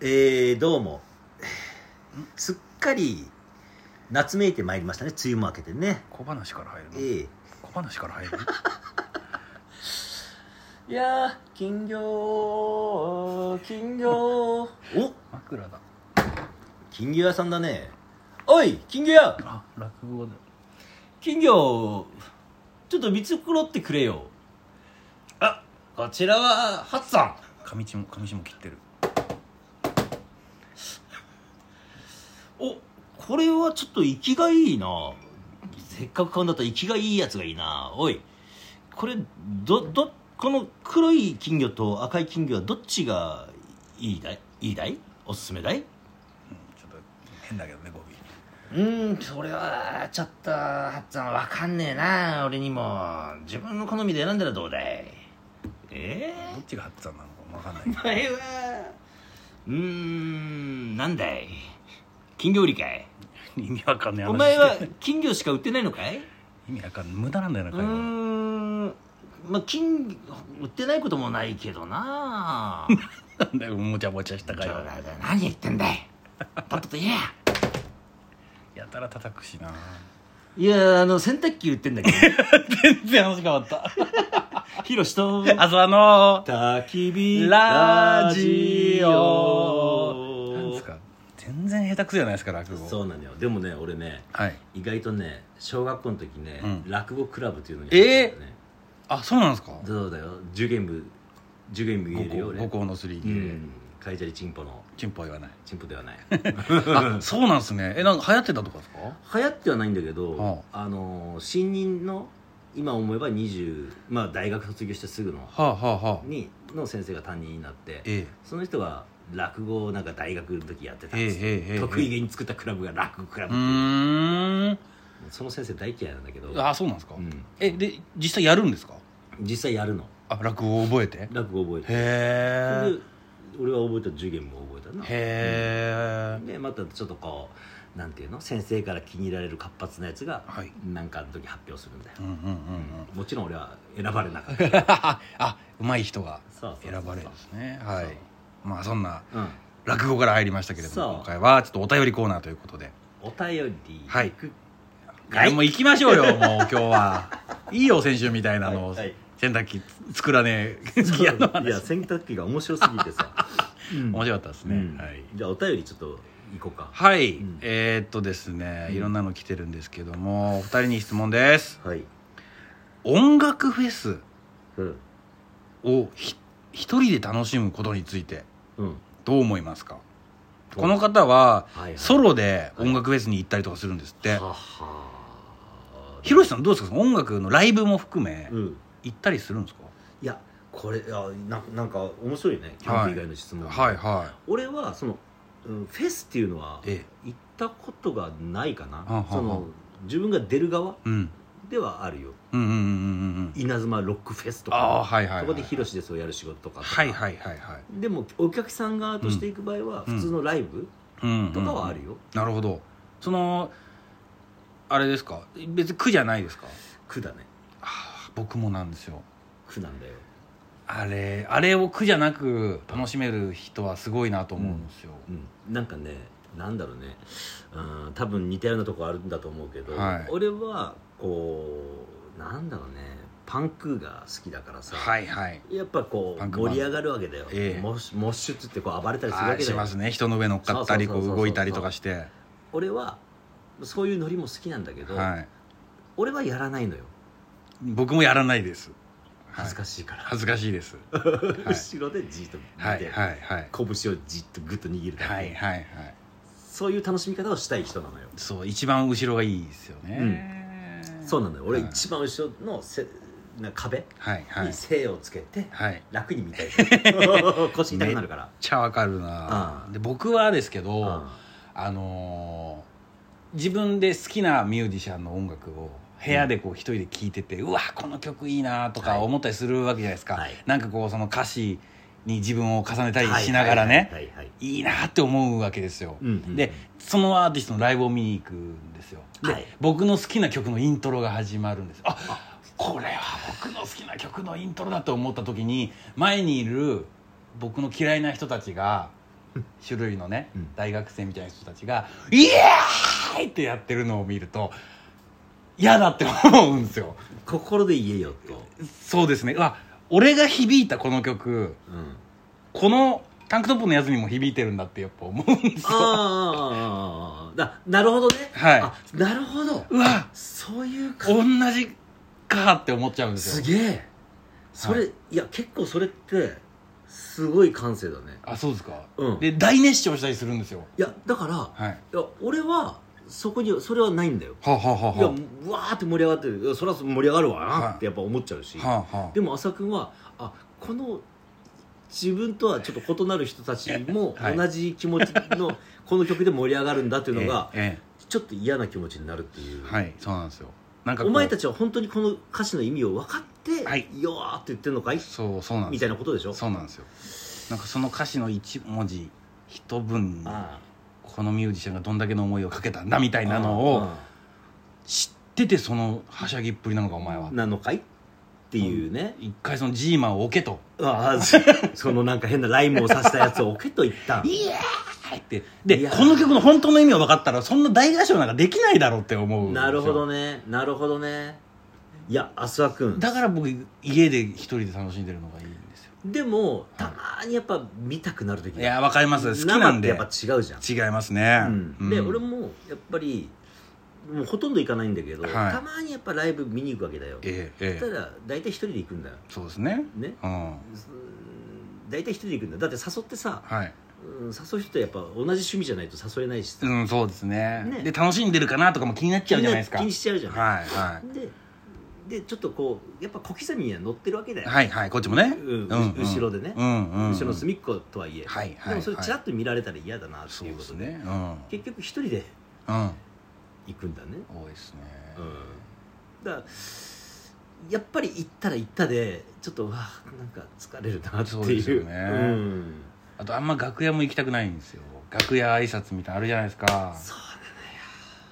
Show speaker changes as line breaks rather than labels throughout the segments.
えー、どうもすっかり夏めいてまいりましたね梅雨も明けてね
小話から入るの、
ええ
小話から 入る
いやー金魚金魚お
枕だ
金魚屋さんだねおい金魚屋
あ落語だ
金魚ちょっと見繕ってくれよあこちらはハツさ
上地も上地も切ってる
んおこれはちょっと生きがいいなせっかく買うんだったら生きがいいやつがいいなおいこれどどこの黒い金魚と赤い金魚はどっちがいいだいいいだいおすすめだい
うんちょっと変だけどね語尾
うーんそれはちょっとハッツさんわかんねえな俺にも自分の好みで選んだらどうだいええ
どっちがハッツァンなのかわかんないけ ど
お前はうーんなんだい金魚売りかい
意味わかんない話
お前は金魚しか売ってないのかい
意味わかんない無駄なんだよな
う
会
ー
話
んまあ金売ってないこともないけどな
なんだよもちゃもちゃした
ち
会
ょ
話
何言ってんだいとっとと言えや
やたら叩くしない
やあの洗濯機売ってんだけ
全然話変わった
どヒロシと
あそうあの
焚き火
ラジオなんですか全然下手くそじゃないですか落語
そうなんだよでもね俺ね
はい
意外とね小学校の時ね、
うん
落語クラブっていうのに入ってたんだよね
あそうなんですか
そうだよ受験部受験部入れるよ
五
俺
校のスリー
う
級で
ん会社でチンポの
チンポは言わない
チンポではない
あそうなんですねえなんか流行ってたとかですか
流行ってはないんだけど
は
あのー新任の今思えば20まあ大学卒業してすぐの
はあはあはあ
にの先生が担任になって
え
その人が落語をなんか大学の時やってた
え
ん
ええ
ですよ
ええ
得意
う
げに作ったクラブが落語クラブっていう
ーん
その先生大嫌いなんだけど
あそうなんですか、
うん
えで実際やるんですか
実際やるの
あ落語を覚えてへ
落語覚えてそれ
え
で俺は覚えた受験も覚えたな
へえ
でまたちょっとこうなんていうの先生から気に入られる活発なやつが
はい
なんかの時発表するんだよ
うんうんうんうん
もちろん俺は選ばれなかった
あうまい人が
そうそうそう
選ばれるんですねは
そう
いまあそんな
うん
落語から入りましたけれど
そう
も今回はちょっとお便りコーナーということで
お便り
はい
くは
はいいもう行きましょうよもう今日 はいいよ先週みたいなのを
はいはい
洗濯機作らねえ
そう
ギアの
いや
話
洗濯機が面白すぎて さうん
面白かったですね、
うん
はい
じゃあお便りちょっと行こうか
はい、
うん
えーっとですね、
うん
いろんなの来てるんですけどもお二人に質問です
はい
音楽フェス
うん
をひ一人で楽しむことについて
うん
どう思いますかこの方は
はいはい
ソロで音楽フェスに行ったりとかするんですって
はは
ひろしさんどうですかその音楽のライブも含め
うん
行ったりするんですか、
いやこれいやななんか面白いねキャンプ以外の質問、
はいは
俺はその、うん、フェスっていうのはい
ええ
行ったことがないかな、
あはあ
その自分が出る側
うん
ではあるよ
うんうんうんうんうん
稲妻ロックフェスと
ああ
か
はいはいはい
そこでヒロシでそうやる仕事とかとか
はいはいはいはい
でもお客さん側として行く場合は
うん
普通のライブ
うんうんうん
とかはあるよ、
なるほどそのあれですか別に苦じゃないですか
苦だね
あー僕もなんですよ
苦なんだよ
あれあれを苦じゃなく楽しめる人はすごいなと思うんですよ、
うん、なんかねなんだろうねうん多分似たようなとこあるんだと思うけど、
はい
俺はこうなんだろうねパンクが好きだからさ、
はいはい
やっぱこう
パンクバンド
盛り上がるわけだよ、
ええ
モッシュモッシュっつってこう暴れたりする
あ
わ
ー
け
し
だ
ま
よ
すね人の上乗っかったり
そうそ
こ
うそうそう
う動いたりとかして
俺はそういうノリも好きなんだけど、
はい
俺はやらないのよ
僕もやらないです、はい
恥ずかしいから、
恥ずかし いですい
後ろでじっと見て、
はいはいはい
拳をじっとグッと握るだけ、
はいはいはい
そういう楽しみ方をしたい人なのよ
そう一番後ろがいいですよね、
そうなのよ俺
はい
一番後ろのせな壁
はいは
に
い
背をつけて、
はい
楽に見 たい腰痛くなるから、
めっちゃわかるな
うん
で僕はですけど、
うん
あのー自分で好きなミュージシャンの音楽を部屋でこう一人で聴いてて、うわこの曲いいなと
は
か
い
思ったりするわけじゃないですか、
はい
なんかこうその歌詞に自分を重ねたりしながらね、い
はいはいはいはい
いなって思うわけですよ、
うんうんうん
でそのアーティストのライブを見に行くんですよで、
はい
僕の好きな曲のイントロが始まるんですよあこれは僕の好きな曲のイントロだと思った時に前にいる僕の嫌いな人たちが種類のね、
うん
大学生みたいな人たちが「イエーイ!」ってやってるのを見ると嫌だって思うんですよ
心で言えよと、
そうですねうわ俺が響いたこの曲
うん、
このタンクトップのやつにも響いてるんだってやっぱ思うんですよ
あーあーあーあーあーだなるほどね、
はい
あなるほど
うわ
そういうか
同じかって思っちゃうんですよ
すげえそれ、い、や結構それってすごい感性だね
あそうですか、
うん
で大熱唱したりするんですよ
いやだから、
はい
いや俺はそこにそれはないんだよ
はあ、はあはい
やうわーって盛り上がってるいやそりゃ盛り上がるわなってやっぱ思っちゃうし、
あ、はあはあ、
でも浅くんはあこの自分とはちょっと異なる人たちも
はい
同じ気持ち のこの曲で盛り上がるんだっていうのが
え
ちょっと嫌な気持ちになるっていう
え、はいそうなんですよなんかこ
お
う
前たちは本当にこの歌詞の意味を分かって
はい
「よー」って言ってんのかい
そうそうなんで
み
す
たい
よ
なことでしょ
そうなんですよなんかその歌詞の一文字一文に
ああ
このミュージシャンがどんだけの思いをかけたんだみたいなの
あ
を知っててそのはしゃぎっぷりなのかお前
あ
は
なのかいっていうね、
一回そのジーマンを置けと
ああそ そのなんか変なライムを刺したやつを置けと言った
「イエーイ!」って
い
で
やー
この曲の本当の意味を分かったらそんな大合唱なんかできないだろうって思うんですよ
なるほどねなるほどねいやあすわくん
だから僕家で一人で楽しんでるのがいいんですよ
でもたまーにやっぱ見たくなる時
いやわかります好きなんで
生ってやっぱ違うじゃん
違いますね、
うんで俺もやっぱりもうほとんど行かないんだけど、
はい
たまにやっぱライブ見に行くわけだよそ
えええ
した
え
ら大体一人で行くんだよ
そうですね
ね
うん
うん大体一人で行くんだよだって誘ってさ、
はい
うん、誘う人やっぱ同じ趣味じゃないと誘えないしさ
うんそうですね
ね
で楽しんでるかなとかも気になっちゃうじゃないですか
気にしちゃうじゃん、
はいは
ででちょっとこうやっぱ小刻みには乗ってるわけだ
い
よ、
はいはいこっちもね、
うん後ろでね
うんうん、
後ろの隅っことはいえ、
はいはい
でもそれちらっと見られたら嫌だなって
そう
いう
で
こ
す
とで
ねうん、
結局一人で
うん、
行くんだね、
多いですね、
うん、だからやっぱり行ったら行ったでちょっとうわなんか疲れるなって
そう
い
で
う
すよね
うん、
あとあんま楽屋も行きたくないんですよ楽屋挨拶みたいなのあるじゃないですか
そう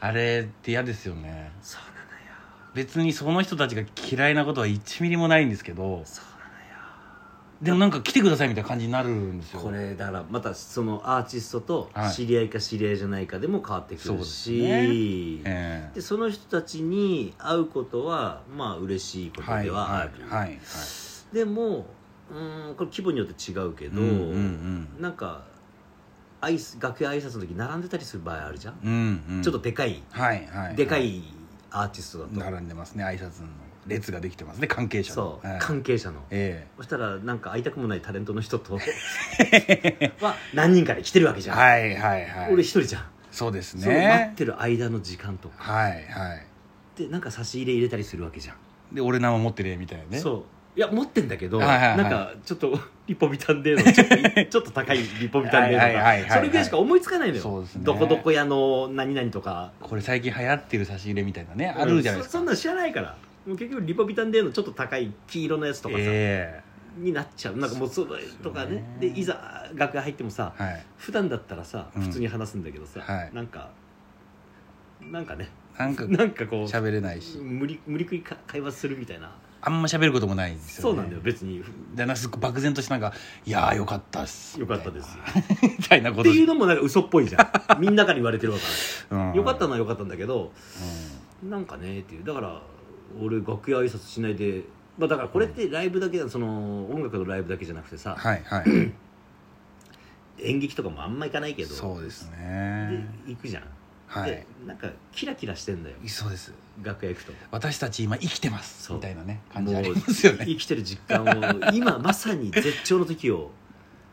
あれって嫌ですよね
なのよそうなのよ
別にその人たちが嫌いなことは1ミリもないんですけど
そう
でもなんか来てくださいみたいな感じになるんですよ
これだからまたそのアーティストと
はい
知り合いか知り合いじゃないかでも変わってく
そう
る
です
し、
ええ
でその人たちに会うことはまあ嬉しいこと
はい
ではあ
は
る、
いはいはい
でもうーんこれ規模によって違うけど、
うんうん
なんか挨拶楽屋挨拶の時並んでたりする場合あるじゃん、
うんうん
ちょっとでかい、
はいはい
でか
はい
いアーティストだと、
並んでますね挨拶の列ができてますね関係者の
そう、
はい
関係者の
え
そしたらなんか会いたくもないタレントの人 と は何人かで来てるわけ
え
じゃん、
はいはいはい
俺一人じゃん、
そうです
その待
ね
ってる間の時間とか
はいはい
でなんか差し入れ入れたりするわけじゃん
で俺名前持ってるみたいなね
そういや持ってんだけど、
はいはいはい
なんかちょっと リポビタンデーのちょっと ちょっと高いリポビタンデーとか、
はいはいはいはいはい
それぐらいしか思いつかないのよ
そうですね
どこどこ屋の何々とか
これ最近流行ってる差し入れみたいなねあるじゃないで
そ
すか
そんなん知らないからもう結局リポビタンデーのちょっと高い黄色のやつとかさ、
え
になっちゃうなんかもうそれとかね
そう
で
ですね
いざ楽屋入ってもさ
えはい
普段だったらさ
うん
普通に話すんだけどさ、
はい
なんかなんかね
なんか
なんかこう
喋れないし
無理無理くりか会話するみたいな
あんま喋ることもないんです
そ
よ、ね、
うなんだよ別に
でなんかすごく漠然としてなんか「いやーよかったっす」
よかったです
みたいな こ
っ
と
ていうのもなんか嘘っぽいじゃ んみんなから言われてるわか
うん
らよかったのはよかったんだけど
う
なんかねっていうだから俺楽屋挨拶しないで、まあ、だからこれってライブだけだその音楽のライブだけじゃなくて
ん
さ
はいはい
演劇とかもあんま行かないけど
そうです
で
ね
行くじゃん、
は
で
い
なんかキラキラしてんだよ
そうです
楽屋行くと
私たち今生きてます
そう
みたいなね感じ
も
あ
う
りますよね
生きてる実感を今まさに絶頂の時を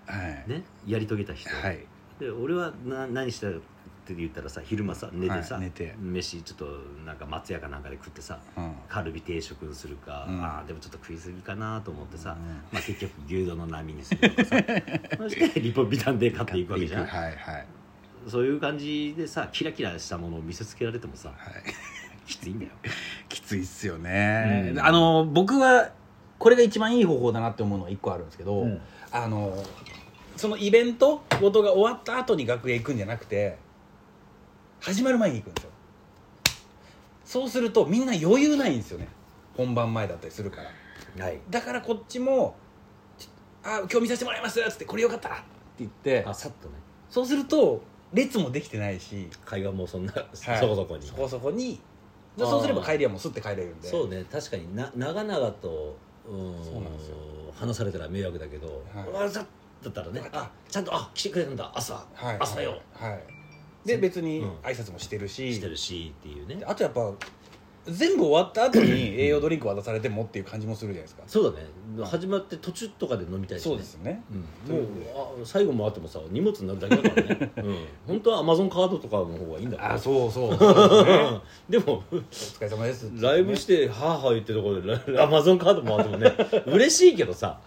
はい、
ねやり遂げた人、
はい
で俺はな何したって言ったらさ昼間さ寝てさ、
はい寝て
飯ちょっとなんか松屋かなんかで食ってさ
うん
カルビ定食にするか、
うん
ああでもちょっと食いすぎかなと思ってさ、
うん
まあ、結局牛丼の波にする とかさそしてリポビタンで買っていくわけじゃん
はいはい
そういう感じでさキラキラしたものを見せつけられてもさ
はい
きついんだよ
きついっすよね、
うん
あの僕はこれが一番いい方法だなって思うのが一個あるんですけど、
うん
あのそのイベントごとが終わった後に楽屋行くんじゃなくて始まる前に行くんですよそうするとみんな余裕ないんですよね本番前だったりするから
はい
だからこっちも「ちょあ今日見させてもらいます」っつって「これよかったら」言って
あさっとね
そうすると列もできてないし、
会話もそんな、
はい
そこそこに
そこそこに
あー
でそうすれば帰りはもうすって帰れるんで
そうね確かにな長々とうん
そうなんですよ
話されたら迷惑だけど、
は
わざだったらね
よかった
あちゃんとあ来てくれたんだ朝
はい
朝よ
はいで別に
うん
挨拶もしてるし,、
してるしっていうね
あとやっぱ全部終わった後に栄養ドリンク渡されてもっていう感じもするじゃないですか、
そうだね始まって途中とかで飲みたいし、ね、
そうですよね
うん、もうあ最後もあってもさ荷物になるだけだから ね、うん、本当はアマゾンカードとかの方がいいんだけど
あそうそうそう
で
ですね
も
お疲れ様ですってね
ライブしてはあはあ言ってるところでラアマゾンカードもらってもね嬉しいけどさ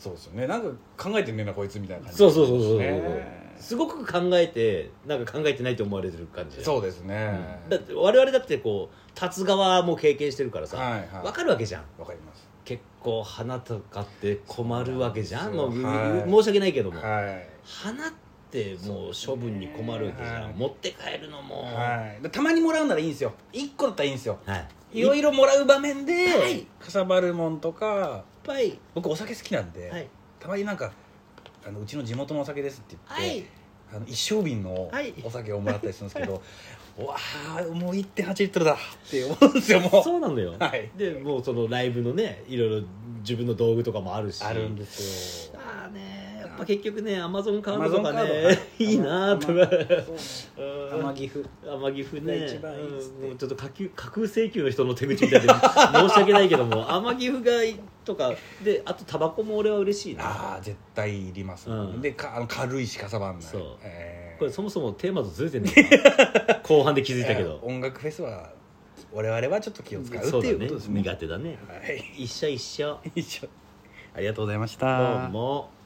そうですよねなんか考えてんねんなこいつみたいな感じ
そうそうそうそう、
ね
すごく考えてなんか考えてないと思われてる感じだよ
そうですね
だって我々だってこう立つ側も経験してるからさ、
はいはい
わかるわけじゃん
わかります
結構花とかって困るわけじゃんもう、
はい
申し訳ないけども、
はい
花ってもう処分に困るわけじゃん、
はい
持って帰るのもは
はい、だたまにもらうならいいんですよ1個だったらいいんですよ
い、
いろいろもらう場面で、
はい
かさばるもんとか
ぱい
僕お酒好きなんで、
はい
たまになんかあの「うちの地元のお酒です」って
は
言っ
い
て、あの一升瓶の
はい
お酒をもらったりするんですけど、 わあもう1.8リットルだって思うんですよもう
そうなんだよ、
はい
でもうそのライブのねいろいろ自分の道具とかもあるし
あるんですよ
ああねやっぱ結局ねアマゾンカ
ア
ー
マ
ド
ゾ
と
ンカ
か
ード
ね、
はい
いいなーとか
天天天城府
天城府ね
が一番いいっつって
うんもうちょっと架空架空請求の人の手口みたいで申し訳ないけども天城府がいとかであとタバコも俺は嬉しいな
ああ絶対いります、
うん
でかあの軽いしかさばんない
そう
えー
これそもそもテーマとずれてんのかな後半で気づいたけ
えー
ど
音楽フェスは我々はちょっと気を使うって
そうだ
いうこ
ね
とですね
苦手だね
はい
一緒一緒
以上ありがとうございました
どうも